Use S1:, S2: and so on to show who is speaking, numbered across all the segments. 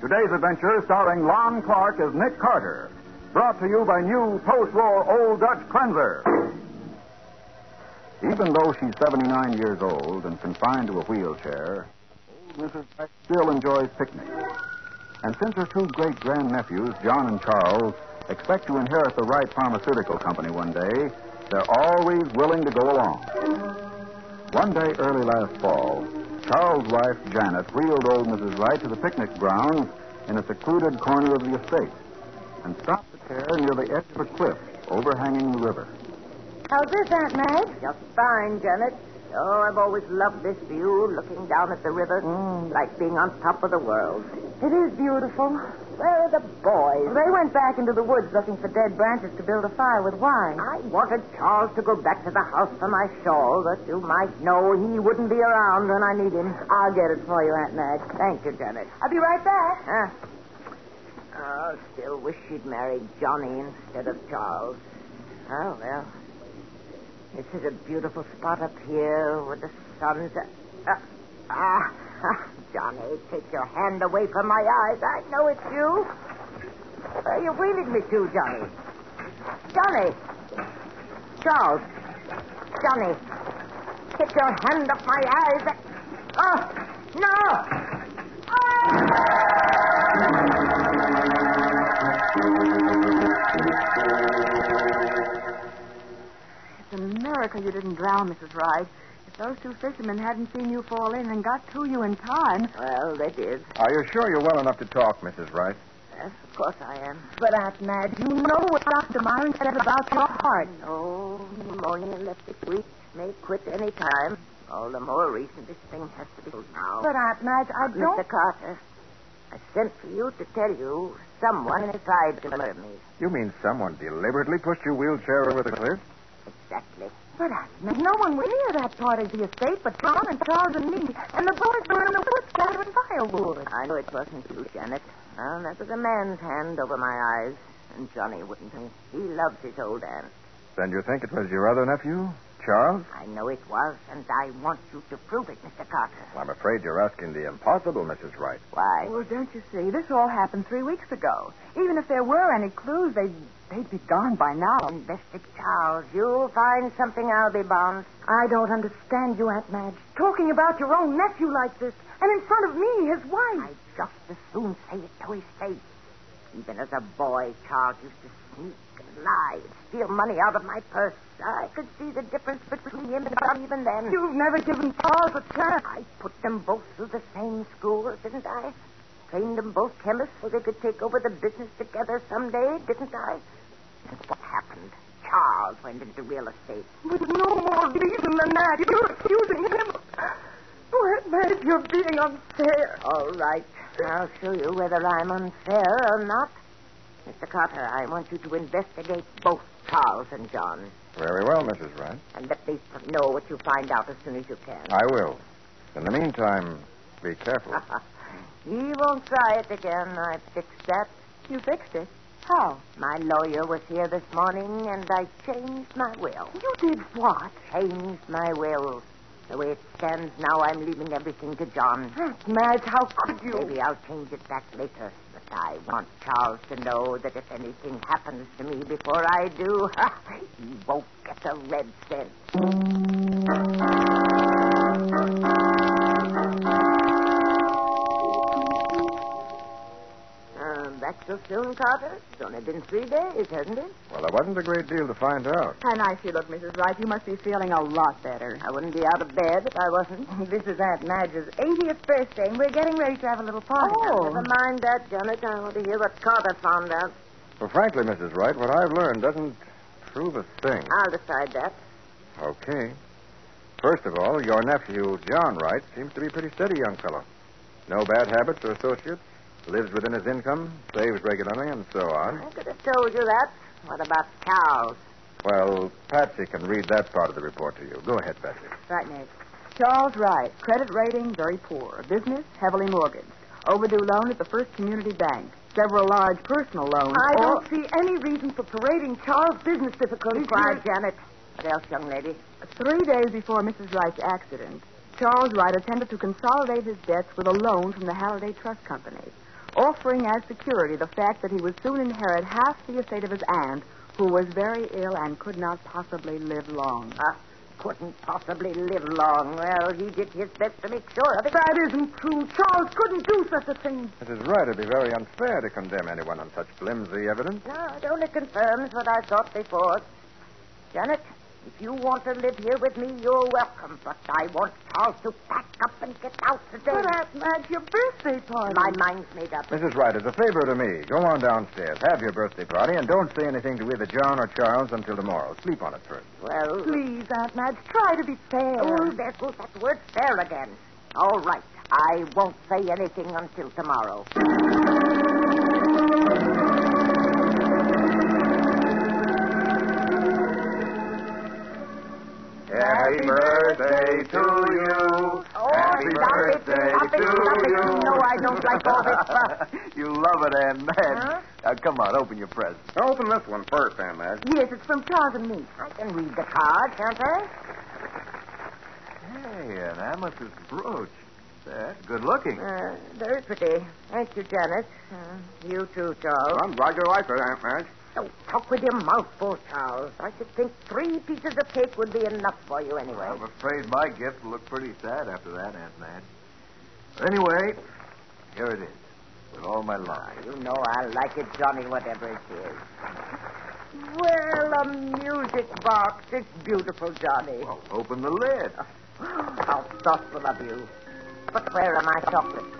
S1: Today's adventure starring Lon Clark as Nick Carter. Brought to you by new post war Old Dutch Cleanser. Even though she's 79 years old and confined to a wheelchair, old Mrs. Beck still enjoys picnics. And since her two great grandnephews, John and Charles, expect to inherit the Wright Pharmaceutical Company one day, they're always willing to go along. One day early last fall, Charles' wife, Janet, wheeled old Mrs. Wright to the picnic grounds in a secluded corner of the estate and stopped the car near the edge of a cliff overhanging the river.
S2: How's this, Aunt Mag? Just fine, Janet. Oh, I've always loved this view, looking down at the river, like being on top of the world. Mm. It is beautiful. Where are the boys? They went back into the woods looking for dead branches to build a fire with wine. I wanted Charles to go back to the house for my shawl, but you might know he wouldn't be around when I need him. I'll get it for you, Aunt Mag. Thank you, Janet. I'll be right back. Oh, still wish she'd married Johnny instead of Charles. Oh, well. This is a beautiful spot up here with the sun's. Uh, ah, Johnny, take your hand away from my eyes. I know it's you. Where are you wheeling me to, Johnny? Johnny! Charles! Johnny! Get your hand off my eyes. Oh, no!
S3: It's a miracle you didn't drown, Mrs. Ride. If those two fishermen hadn't seen you fall in and got to you in time.
S2: Well, they did.
S4: Are you sure you're well enough to talk, Mrs. Wright?
S2: Yes, of course I am.
S3: But, Aunt Madge, you know what Dr. Myron said about your heart.
S2: No, pneumonia left this week. May quit any time. All the more reason this thing has to be solved now.
S3: But, Aunt Madge, I don't.
S2: Mr. Carter, I sent for you to tell you someone tried to murder me.
S4: You mean someone deliberately pushed your wheelchair over the cliff?
S2: Exactly.
S3: But, Aunt Madge, no one went near that part of the estate but John and Charles and me. And the boys were in the woods gathering firewood.
S2: I knew it wasn't you, Janet. Well, that was a man's hand over my eyes. And Johnny wouldn't. He loves his old aunt.
S4: Then you think it was your other nephew, Charles?
S2: I know it was, and I want you to prove it, Mr. Carter.
S4: Well, I'm afraid you're asking the impossible, Mrs. Wright.
S2: Why?
S3: Well, don't you see? This all happened three weeks ago. Even if there were any clues, they'd, they'd be gone by now.
S2: Invested Charles, you'll find something, I'll be bound.
S3: I don't understand you, Aunt Madge. Talking about your own nephew like this, and in front of me, his wife.
S2: I'd just as soon say it to his face. Even as a boy, Charles used to sneak and lie and steal money out of my purse. I could see the difference between him and John even then.
S3: You've never given Charles a chance.
S2: I put them both through the same school, didn't I? Trained them both chemists so they could take over the business together someday, didn't I? And what happened? Charles went into real estate.
S3: With no more reason than that, you're accusing him. Oh, Aunt Madge, you're being unfair.
S2: All right. I'll show you whether I'm unfair or not. Mr. Carter, I want you to investigate both Charles and John,
S4: Very well, Mrs. Wright.
S2: and let me know what you find out as soon as you can.
S4: I will. In the meantime, be careful.
S2: He won't try it again. I fixed that.
S3: You fixed it. How?
S2: My lawyer was here this morning, and I changed my will.
S3: You did what?
S2: Changed my will. The way it stands now, I'm leaving everything to John.
S3: Aunt Madge, how could you?
S2: Maybe I'll change it back later. But I want Charles to know that if anything happens to me before I do, he won't get a red cent. Um, back so soon, Carter? It's only been three days, hasn't it?
S4: Well, there wasn't a great deal to find out.
S3: How nice you look, Mrs. Wright. You must be feeling a lot better.
S2: I wouldn't be out of bed if I wasn't.
S3: This is Aunt Madge's 80th birthday, and we're getting ready to have a little party.
S2: Never mind that, Janet. I want to hear what Carter found out.
S4: Well, frankly, Mrs. Wright, what I've learned doesn't prove a thing.
S2: I'll decide that.
S4: Okay. First of all, your nephew, John Wright, seems to be a pretty steady young fellow. No bad habits or associates. Lives within his income, saves regularly, and so on.
S2: I could have told you that. What about cows?
S4: Well, Patsy can read that part of the report to you. Go ahead, Patsy.
S5: Right, Nate. Charles Wright, credit rating very poor, business heavily mortgaged, overdue loan at the First Community Bank, several large personal loans.
S3: I
S5: all-
S3: don't see any reason for parading Charles' business difficulties.
S2: Why, Janet? What else, young lady?
S5: Three days before Mrs. Wright's accident, Charles Wright attempted to consolidate his debts with a loan from the Halliday Trust Company, offering as security the fact that he would soon inherit half the estate of his aunt, who was very ill and could not possibly live long.
S2: Ah, couldn't possibly live long. Well, he did his best to make sure of it.
S3: That isn't true. Charles couldn't do such a thing.
S4: Mrs. Wright, it'd be very unfair to condemn anyone on such flimsy evidence.
S2: No, it only confirms what I thought before. Janet, if you want to live here with me, you're welcome. But I want Charles to pack up and get out today.
S3: But Aunt Madge, your birthday party.
S2: My mind's made up.
S4: Mrs. Wright, as a favor to me, go on downstairs, have your birthday party, and don't say anything to either John or Charles until tomorrow. Sleep on it first.
S2: Well,
S3: Please, Aunt Madge, try to be fair.
S2: oh, there goes that word fair again. All right, I won't say anything until tomorrow.
S4: Happy birthday to you.
S2: Oh, stop it, stop it, stop it. You know I don't like all this fuss.
S1: you love it, Aunt Madge.
S2: Huh?
S1: Now, come on, open your present.
S4: Open this one first, Aunt Madge.
S3: Yes, it's from Charles and me.
S2: I can read the card, can't I?
S1: Hey, an amethyst brooch. That's good looking.
S2: Uh, very pretty. Thank you, Janet. Uh, you too, Charles.
S4: I'm glad you like it, Aunt Madge.
S2: Don't Oh, talk with your mouth full, Charles. I should think three pieces of cake would be enough for you anyway.
S1: I'm afraid my gift will look pretty sad after that, Aunt Madge. Anyway, here it is, with all my love.
S2: You know I like it, Johnny, whatever it is. Well, a music box. It's beautiful, Johnny.
S1: Well, open the lid.
S2: Oh, How thoughtful of you. But where are my chocolates?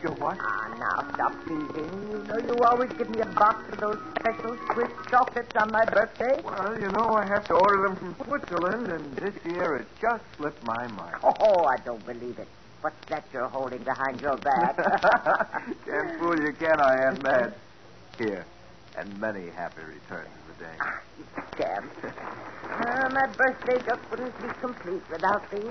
S1: You what?
S2: Ah, now stop teasing. You know you always give me a box of those special Swiss chocolates on my birthday.
S1: Well, you know, I have to order them from Switzerland, and this year it just slipped my mind.
S2: Oh, I don't believe it. What's that you're holding behind your back?
S1: Can't fool you, can I, Aunt Madge? Here, and many happy returns of the day.
S2: Damn. Uh, my birthday just wouldn't be complete without these.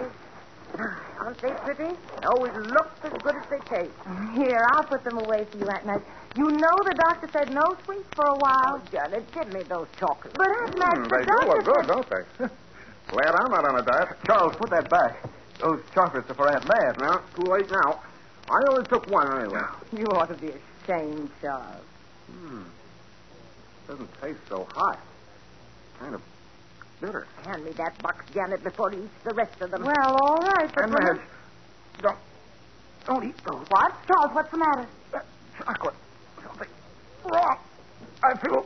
S2: Ah, Aren't they pretty? They always look as good as they taste.
S3: Here, I'll put them away for you, Aunt Madge. You know the doctor said no sweets for a while.
S2: Oh, Janet, give me those chocolates.
S3: But Aunt Madge,
S4: Hmm,
S3: the
S4: they do
S3: doctor
S4: look good,
S3: said-
S4: don't they? Glad I'm not on a diet.
S1: Charles, put that back. Those chocolates are for Aunt Madge.
S4: Well, too late now. I only took one anyway.
S2: You ought to be ashamed, Charles.
S4: Doesn't taste so hot. Kind of bitter.
S2: Hand me that box, Janet, before he eats the rest of them.
S3: Well, all right, but
S4: Aunt
S3: when-
S4: Madge, don't don't eat those.
S3: What? Charles, what's the matter?
S4: That chocolate. Something wrong. I feel.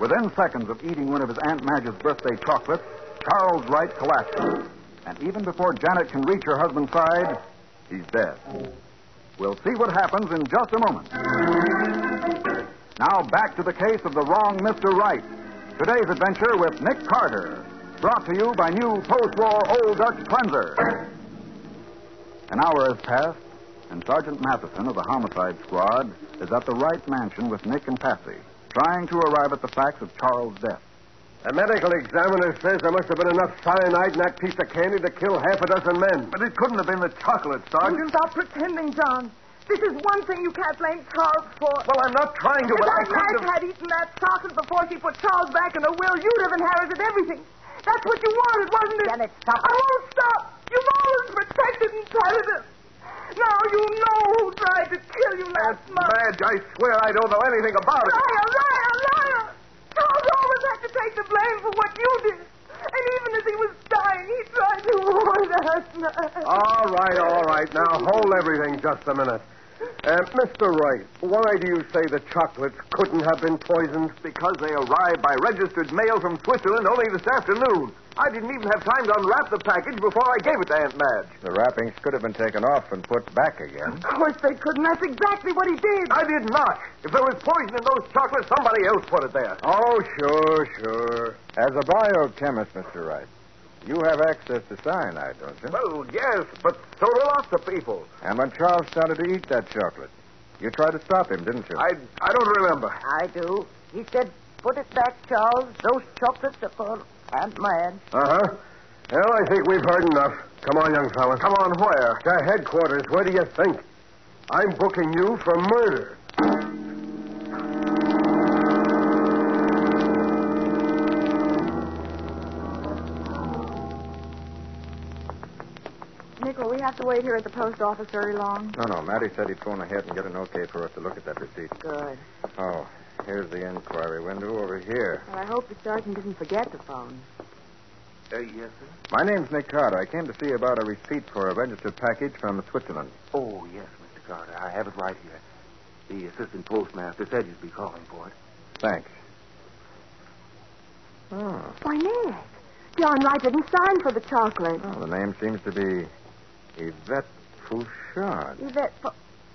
S1: Within seconds of eating one of his Aunt Madge's birthday chocolates, Charles Wright collapses. And even before Janet can reach her husband's side, he's dead. We'll see what happens in just a moment. Now back to the case of the wrong Mr. Wright. Today's adventure with Nick Carter, brought to you by new post-war Old Dutch cleanser. An hour has passed, and Sergeant Matheson of the homicide squad is at the Wright mansion with Nick and Patsy, trying to arrive at the facts of Charles' death.
S4: A medical examiner says there must have been enough cyanide in that piece of candy to kill half a dozen men.
S1: But it couldn't have been the chocolate,
S3: You stop pretending, John. This is one thing you can't blame Charles for.
S1: Well, I'm not trying to,
S3: if Aunt Madge had eaten that chocolate before she put Charles back in her will, you'd have inherited everything. That's what you wanted, wasn't it?
S2: Janet, stop.
S3: I won't stop. You've always protected and petted us. Now you know who tried to kill you last month.
S4: Madge, I swear I don't know anything about it.
S3: Liar, liar, liar. Charles always had to take the blame for what you did. And even as he was dying, he tried to warn us.
S4: All right, all right. Now hold everything just a minute. Uh, Mr. Wright, why do you say the chocolates couldn't have been poisoned?
S1: Because they arrived by registered mail from Switzerland only this afternoon. I didn't even have time to unwrap the package before I gave it to Aunt Madge.
S4: The wrappings could have been taken off and put back again.
S3: Of course they couldn't. That's exactly what he did.
S1: I did not. If there was poison in those chocolates, somebody else put it there.
S4: Oh, sure, sure. As a biochemist, Mr. Wright,
S1: You have access to cyanide, don't you?
S4: Well, yes, but so do lots of people.
S1: And when Charles started to eat that chocolate, you tried to stop him, didn't you?
S4: I, I don't remember.
S2: I do. He said, put it back, Charles. Those chocolates are for Aunt Madge.
S4: Uh huh. Well, I think we've heard enough. Come on, young fella. Come on, where? To headquarters. Where do you think? I'm booking you for murder.
S5: Nick, will we have to wait here at the post office very long?
S1: No, no. Matty said he'd phone ahead and get an okay for us to look at that receipt.
S5: Good.
S1: Oh, here's the inquiry window over here.
S5: Well, I hope the sergeant didn't forget to phone.
S4: Uh, yes, sir.
S1: My name's Nick Carter. I came to see about a receipt for a registered package from Switzerland.
S6: Oh, yes, Mr. Carter. I have it right here. The assistant postmaster said you'd be calling for it.
S1: Thanks. Oh,
S5: Why, Nick? John Wright didn't sign for the chocolate.
S1: well, the name seems to be Yvette Fouchard.
S5: Yvette, but-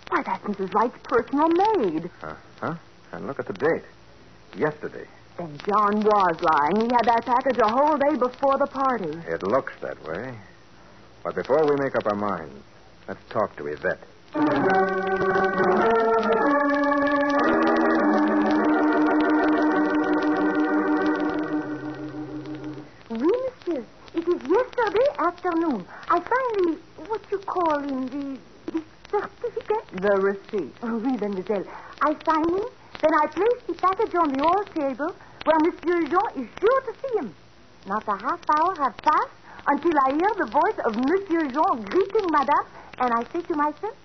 S5: why, that's Mrs. Wright's personal maid.
S1: Uh, huh? And look at the date. Yesterday.
S5: Then John was lying. He had that package a whole day before the party.
S1: It looks that way. But before we make up our minds, let's talk to Yvette.
S3: Oui, monsieur. It is yesterday afternoon. I find the, what you call in the, the certificate.
S5: The receipt.
S3: Oh, oui, mademoiselle. I sign him, then I place the package on the hall table where Monsieur Jean is sure to see him. Not a half hour has passed until I hear the voice of Monsieur Jean greeting Madame, and I say to myself,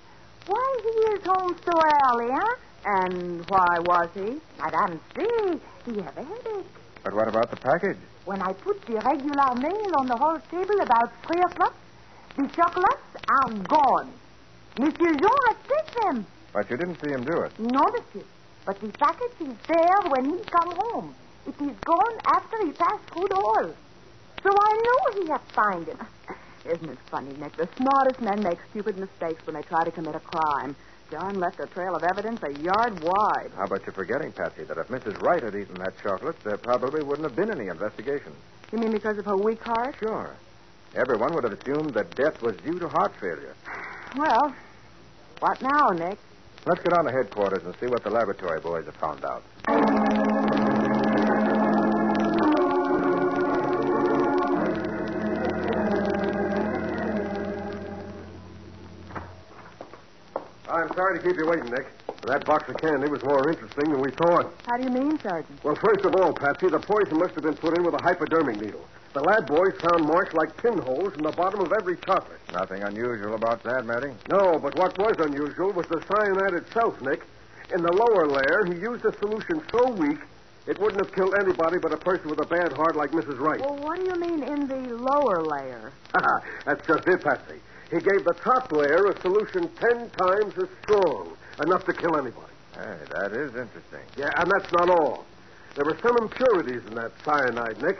S3: why he is home so early, huh?
S5: And why was he?
S3: Madame say he have a headache.
S1: But what about the package?
S3: When I put the regular mail on the hall table about three o'clock, the chocolates are gone. Monsieur Jean has taken them.
S1: But you didn't see him do it.
S3: No, monsieur. But the package is there when he come home. It is gone after he passed through the hall. So I know he has find it.
S5: Isn't it funny, Nick? The smartest men make stupid mistakes when they try to commit a crime. John left a trail of evidence a yard wide.
S1: How about you forgetting, Patsy, that if Mrs. Wright had eaten that chocolate, there probably wouldn't have been any investigation.
S5: You mean because of her weak heart?
S1: Sure. Everyone would have assumed that death was due to heart failure.
S5: Well, what now, Nick?
S1: Let's get on to headquarters and see what the laboratory boys have found out.
S4: I'm sorry to keep you waiting, Nick. But that box of candy was more interesting than we thought.
S5: How do you mean, Sergeant?
S4: Well, first of all, Patsy, the poison must have been put in with a hypodermic needle. The lab boys found marks like pinholes in the bottom of every chocolate.
S1: Nothing unusual about that, Matty.
S4: No, but what was unusual was the cyanide itself, Nick. In the lower layer, he used a solution so weak it wouldn't have killed anybody but a person with a bad heart like Mrs. Wright.
S5: Well, what do you mean in the lower layer?
S4: That's just it, Patsy. He gave the top layer a solution ten times as strong, enough to kill anybody.
S1: Hey, that is interesting.
S4: Yeah, and that's not all. There were some impurities in that cyanide, Nick.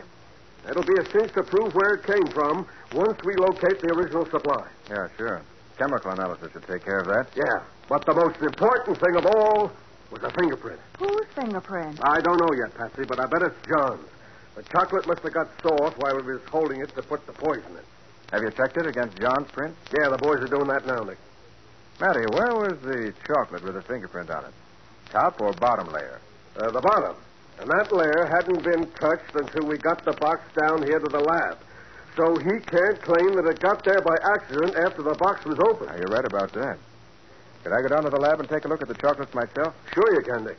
S4: It'll be a cinch to prove where it came from once we locate the original supply.
S1: Yeah, sure. Chemical analysis should take care of that.
S4: Yeah, but the most important thing of all was the fingerprint.
S5: Whose fingerprint?
S4: I don't know yet, Patsy, but I bet it's John's. The chocolate must have got soft while he was holding it to put the poison in.
S1: Have you checked it against John's print?
S4: Yeah, the boys are doing that now, Nick.
S1: Matty, where was the chocolate with the fingerprint on it? Top or bottom layer?
S4: Uh, the bottom. And that layer hadn't been touched until we got the box down here to the lab. So he can't claim that it got there by accident after the box was opened.
S1: Now, you're right about that. Could I go down to the lab and take a look at the chocolates myself?
S4: Sure you can, Nick.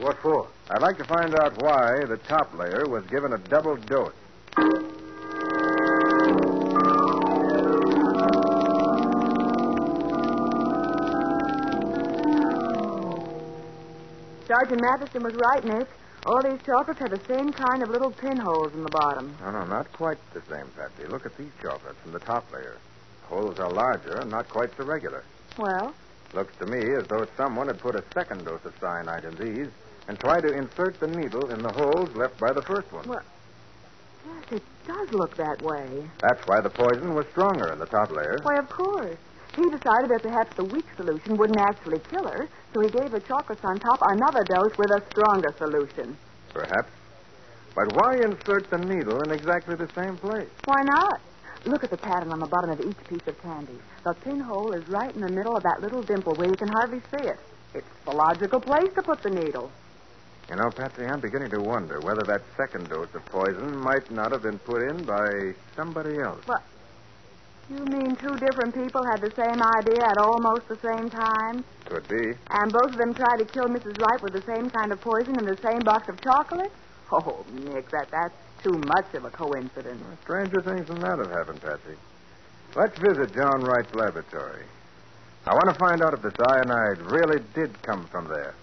S4: What for?
S1: I'd like to find out why the top layer was given a double dose.
S5: Sergeant Matheson was right, Nick. All these chocolates have the same kind of little pinholes in the bottom.
S1: No, no, not quite the same, Patsy. Look at these chocolates from the top layer. Holes are larger and not quite so regular.
S5: Well,
S1: Looks to me as though someone had put a second dose of cyanide in these and tried to insert the needle in the holes left by the first one.
S5: Well- yes, it does look that way.
S1: That's why the poison was stronger in the top layer.
S5: Why, of course. He decided that perhaps the weak solution wouldn't actually kill her, so he gave the chocolates on top another dose with a stronger solution.
S1: Perhaps. But why insert the needle in exactly the same place?
S3: Why not? Look at the pattern on the bottom of each piece of candy. The pinhole is right in the middle of that little dimple where you can hardly see it. It's the logical place to put the needle.
S1: You know, Patsy, I'm beginning to wonder whether that second dose of poison might not have been put in by somebody else.
S3: You mean two different people had the same idea at almost the same time?
S1: Could be.
S3: And both of them tried to kill Mrs. Wright with the same kind of poison in the same box of chocolate? Oh, Nick, that, that's too much of a coincidence.
S1: Stranger things than that have happened, Patsy. Let's visit John Wright's laboratory. I want to find out if this cyanide really did come from there.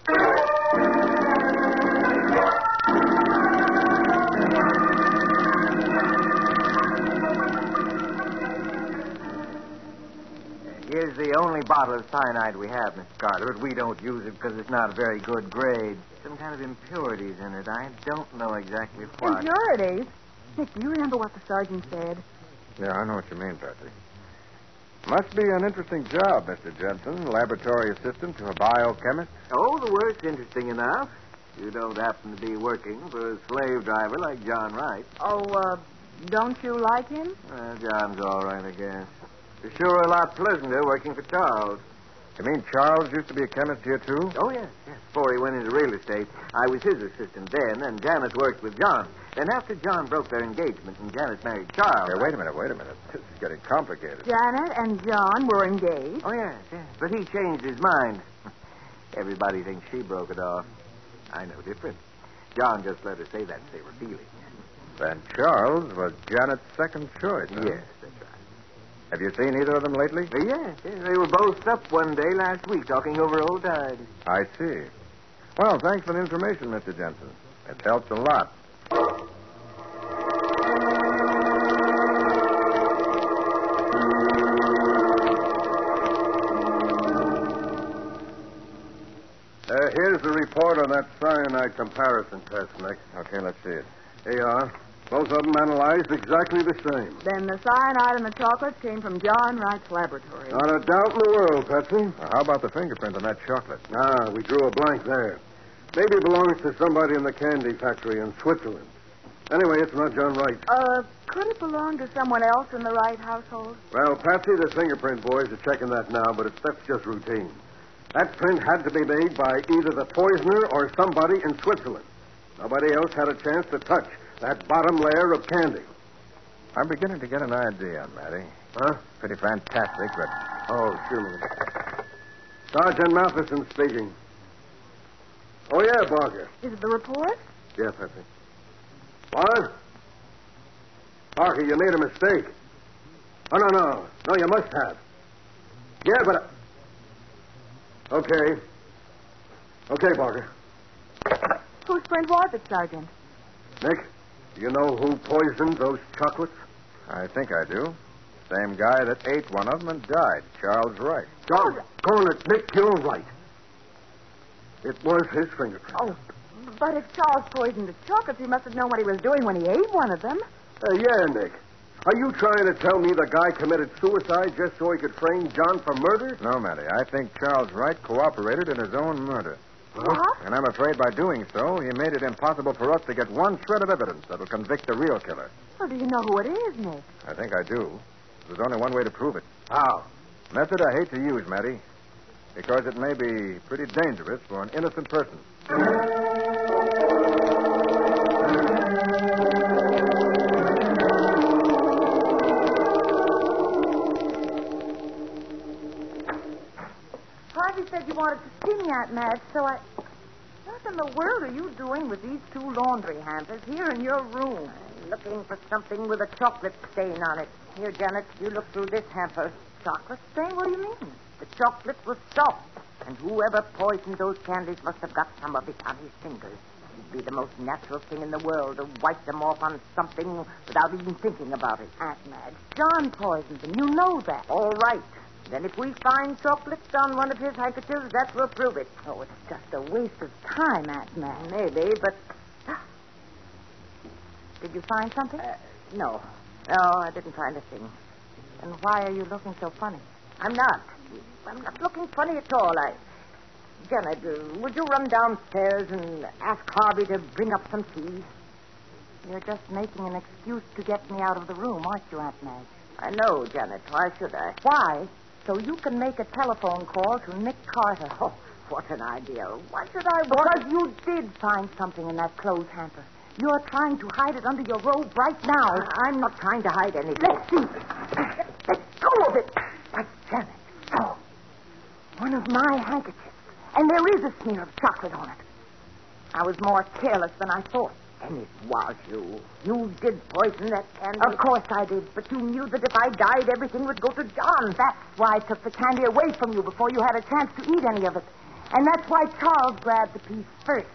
S7: Here's the only bottle of cyanide we have, Miss Carter, but we don't use it because it's not a very good grade. Some kind of impurities in it. I don't know exactly what.
S3: Impurities? Nick, do you remember what the sergeant said?
S1: Yeah, I know what you mean, Patsy. Must be an interesting job, Mr. Jensen, laboratory assistant to a biochemist.
S7: Oh, the work's interesting enough. You don't happen to be working for a slave driver like John Wright.
S3: Oh, uh, don't you like him?
S7: Well, John's all right, I guess. It's sure a lot pleasanter working for Charles.
S1: You mean Charles used to be a chemist here, too?
S7: Oh, yes, yes. Before he went into real estate, I was his assistant then, and Janice worked with John. Then after John broke their engagement and Janice married Charles.
S1: Hey, wait a minute, wait a minute. This is getting complicated.
S3: Janet and John were engaged.
S7: Oh, yes, yes. But he changed his mind. Everybody thinks she broke it off. I know different. John just let her say that they were feeling.
S1: Then Charles was Janet's second choice. huh?
S7: Yes, that's right. Uh,
S1: Have you seen either of them lately?
S7: But yes, yes, they were both up one day last week talking over old times.
S1: I see. Well, thanks for the information, Mr. Jensen. It helps a lot.
S4: Uh, here's the report on that cyanide comparison test, Nick.
S1: Okay, let's see it.
S4: Here you are. Both of them analyzed exactly the same.
S3: Then the cyanide and the chocolates came from John Wright's
S2: Uh.
S3: laboratory.
S4: Not a doubt in the world, Patsy.
S1: Now, how about the fingerprint on that chocolate?
S4: Ah, we drew a blank there. Maybe it belongs to somebody in the candy factory in Switzerland. Anyway, it's not John Wright.
S3: Uh, could it belong to someone else in the Wright household?
S4: Well, Patsy, the fingerprint boys are checking that now, but it's, that's just routine. That print had to be made by either the poisoner or somebody in Switzerland. Nobody else had a chance to touch that bottom layer of candy.
S1: I'm beginning to get an idea, Matty.
S4: Huh?
S1: Pretty fantastic, but.
S4: Oh, sure. Sergeant Matheson speaking. Oh, yeah, Barker.
S3: Is it the report?
S4: Yes, I think. What? Parker, you made a mistake. Oh, no, no. No, you must have. Yeah, but. I- Okay. Okay, Parker.
S3: Whose print was it, Sergeant?
S4: Nick, do you know who poisoned those chocolates?
S1: I think I do. Same guy that ate one of them and died, Charles Wright.
S4: John. Call it, Nick. You're right. It was his fingerprint.
S3: Oh, but if Charles poisoned the chocolates, he must have known what he was doing when he ate one of them.
S4: Uh, yeah, Nick. Are you trying to tell me the guy committed suicide just so he could frame John for murder?
S1: No, Matty, I think Charles Wright cooperated in his own murder.
S3: What?
S1: And I'm afraid by doing so, he made it impossible for us to get one shred of evidence that'll convict the real killer.
S3: Well, do you know who it is, Nick?
S1: I think I do. There's only one way to prove it.
S4: How?
S1: Method I hate to use, Matty, because it may be pretty dangerous for an innocent person.
S8: Harvey said you wanted to see me at Madge, so I. What in the world are you doing with these two laundry hampers here in your room?
S2: Looking for something with a chocolate stain on it. Here, Janet, you look through this hamper.
S8: Chocolate stain? What do you mean?
S2: The chocolate was soft, and whoever poisoned those candies must have got some of it on his fingers. It'd be the most natural thing in the world to wipe them off on something without even thinking about it.
S8: Aunt Madge, John poisoned them. You know that.
S2: All right. Then if we find chocolates on one of his handkerchiefs, that will prove it.
S8: Oh, it's just a waste of time, Aunt Madge.
S2: Maybe, but
S8: Did you find something? Oh,
S2: uh, no. No, Oh, I didn't find a thing.
S8: and why are you looking so funny?
S2: I'm not. I'm not looking funny at all. I. Janet, uh, would you run downstairs and ask Harvey to bring up some tea? You're just making an excuse to get me out of the room, aren't you, Aunt Madge?
S3: I know, Janet. Why should I?
S2: Why? So you can make a telephone call to Nick Carter.
S3: Oh, what an idea. Why should I
S2: Because you did find something in that clothes hamper. You're trying to hide it under your robe right now.
S3: I'm not trying to hide anything.
S2: Let's see. Let go of it. But, Janet, so. One of my handkerchiefs. And there is a smear of chocolate on it. I was more careless than I thought.
S3: And it was you. You did poison that candy.
S2: Of course I did, but you knew that if I died, everything would go to John. That's why I took the candy away from you before you had a chance to eat any of it. And that's why Charles grabbed the piece first.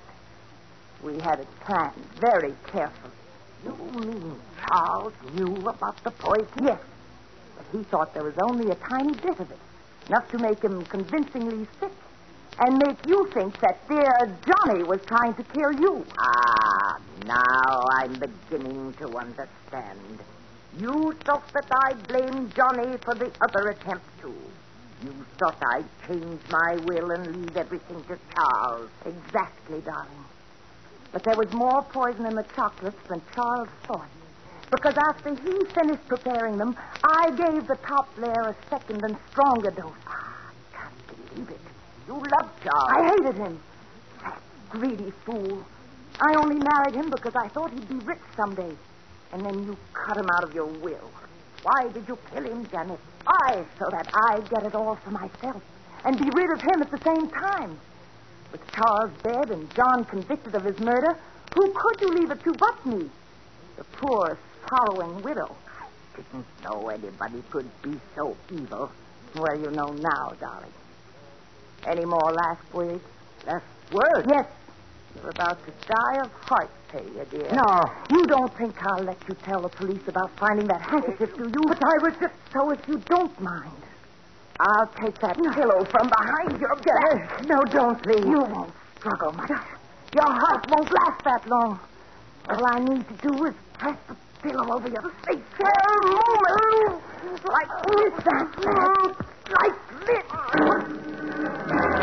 S2: We had it planned very carefully.
S3: You mean Charles knew about the poison?
S2: Yes, but he thought there was only a tiny bit of it, enough to make him convincingly sick and make you think that dear Johnny was trying to kill you.
S3: Ah, now I'm beginning to understand. You thought that I blamed Johnny for the other attempt, too. You thought I'd change my will and leave everything to Charles.
S2: Exactly, darling. But there was more poison in the chocolates than Charles thought. Because after he finished preparing them, I gave the top layer a second and stronger dose.
S3: Ah, can't believe it. You love Charles.
S2: I hated him. That greedy fool. I only married him because I thought he'd be rich someday. And then you cut him out of your will. Why did you kill him, Janet? I, so that I'd get it all for myself and be rid of him at the same time. With Charles dead and John convicted of his murder, who could you leave it to but me? The poor, sorrowing widow.
S3: didn't know anybody could be so evil.
S2: Well, you know now, darling. Any more last words?
S3: Last word.
S2: Yes. You're about to die of heart failure, dear.
S3: No.
S2: You don't think I'll let you tell the police about finding that handkerchief, do you? But I was just so if you don't mind. I'll take that pillow from behind your back. No, don't leave. You won't struggle much. Your heart won't last that long. All I need to do is press the pillow over your face for a moment. Like this, Aunt Madge. Like this.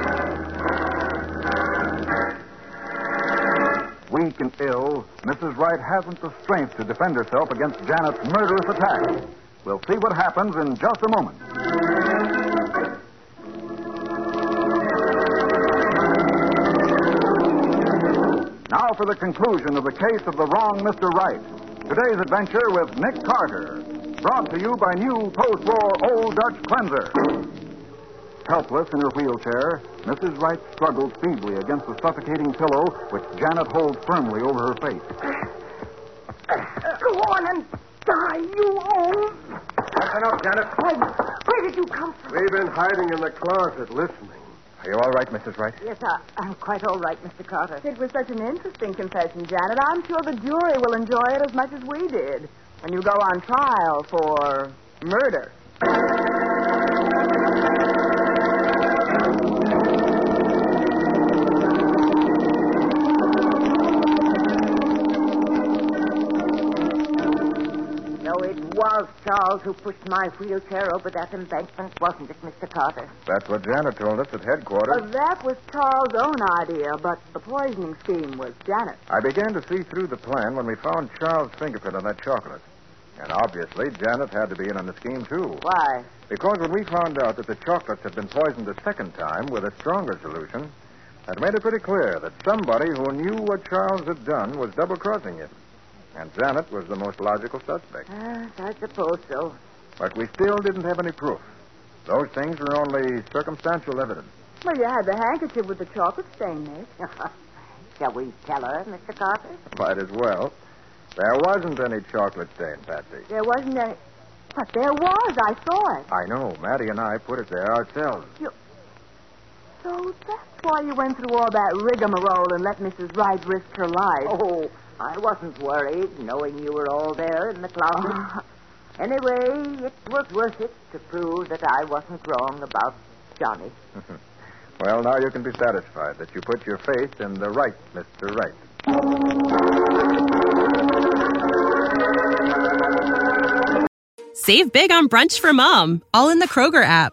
S9: Weak and ill, Mrs. Wright hasn't the strength to defend herself against Janet's murderous attack. We'll see what happens in just a moment. Now for the conclusion of the case of the wrong Mr. Wright. Today's adventure with Nick Carter. Brought to you by new post war Old Dutch Cleanser. Helpless in her wheelchair, Mrs. Wright struggled feebly against the suffocating pillow which Janet holds firmly over her face.
S2: Go on and die, you old.
S4: That's enough, Janet.
S2: Why, where did you come from?
S4: We've been hiding in the closet listening.
S1: Are you all right, Mrs. Wright?
S3: Yes, I, I'm quite all right, Mr. Carter.
S10: It was such an interesting confession, Janet. I'm sure the jury will enjoy it as much as we did when you go on trial for murder.
S3: So it was Charles who pushed my wheelchair over that embankment, wasn't it, Mr. Carter?
S1: That's what Janet told us at headquarters.
S10: Well, that was Charles' own idea, but the poisoning scheme was Janet's.
S1: I began to see through the plan when we found Charles' fingerprint on that chocolate. And obviously, Janet had to be in on the scheme, too.
S3: Why?
S1: Because when we found out that the chocolates had been poisoned a second time with a stronger solution, that made it pretty clear that somebody who knew what Charles had done was double crossing him. And Janet was the most logical suspect.
S3: Yes, I suppose so.
S1: But we still didn't have any proof. Those things were only circumstantial evidence.
S10: Well, you had the handkerchief with the chocolate stain, Nick.
S3: Shall we tell her, Mr. Carter?
S1: Might as well. There wasn't any chocolate stain, Patsy.
S10: There wasn't any. But there was. I saw it.
S1: I know. Maddie and I put it there ourselves.
S10: So that's why you went through all that rigmarole and let Mrs. Wright risk her life.
S3: Oh, I wasn't worried, knowing you were all there in the closet.
S10: Ah.
S3: Anyway, it was worth it to prove that I wasn't wrong about Johnny.
S1: Well, now you can be satisfied that you put your faith in the right, Mr. Right.
S11: Save big on brunch for mom, all in the Kroger app.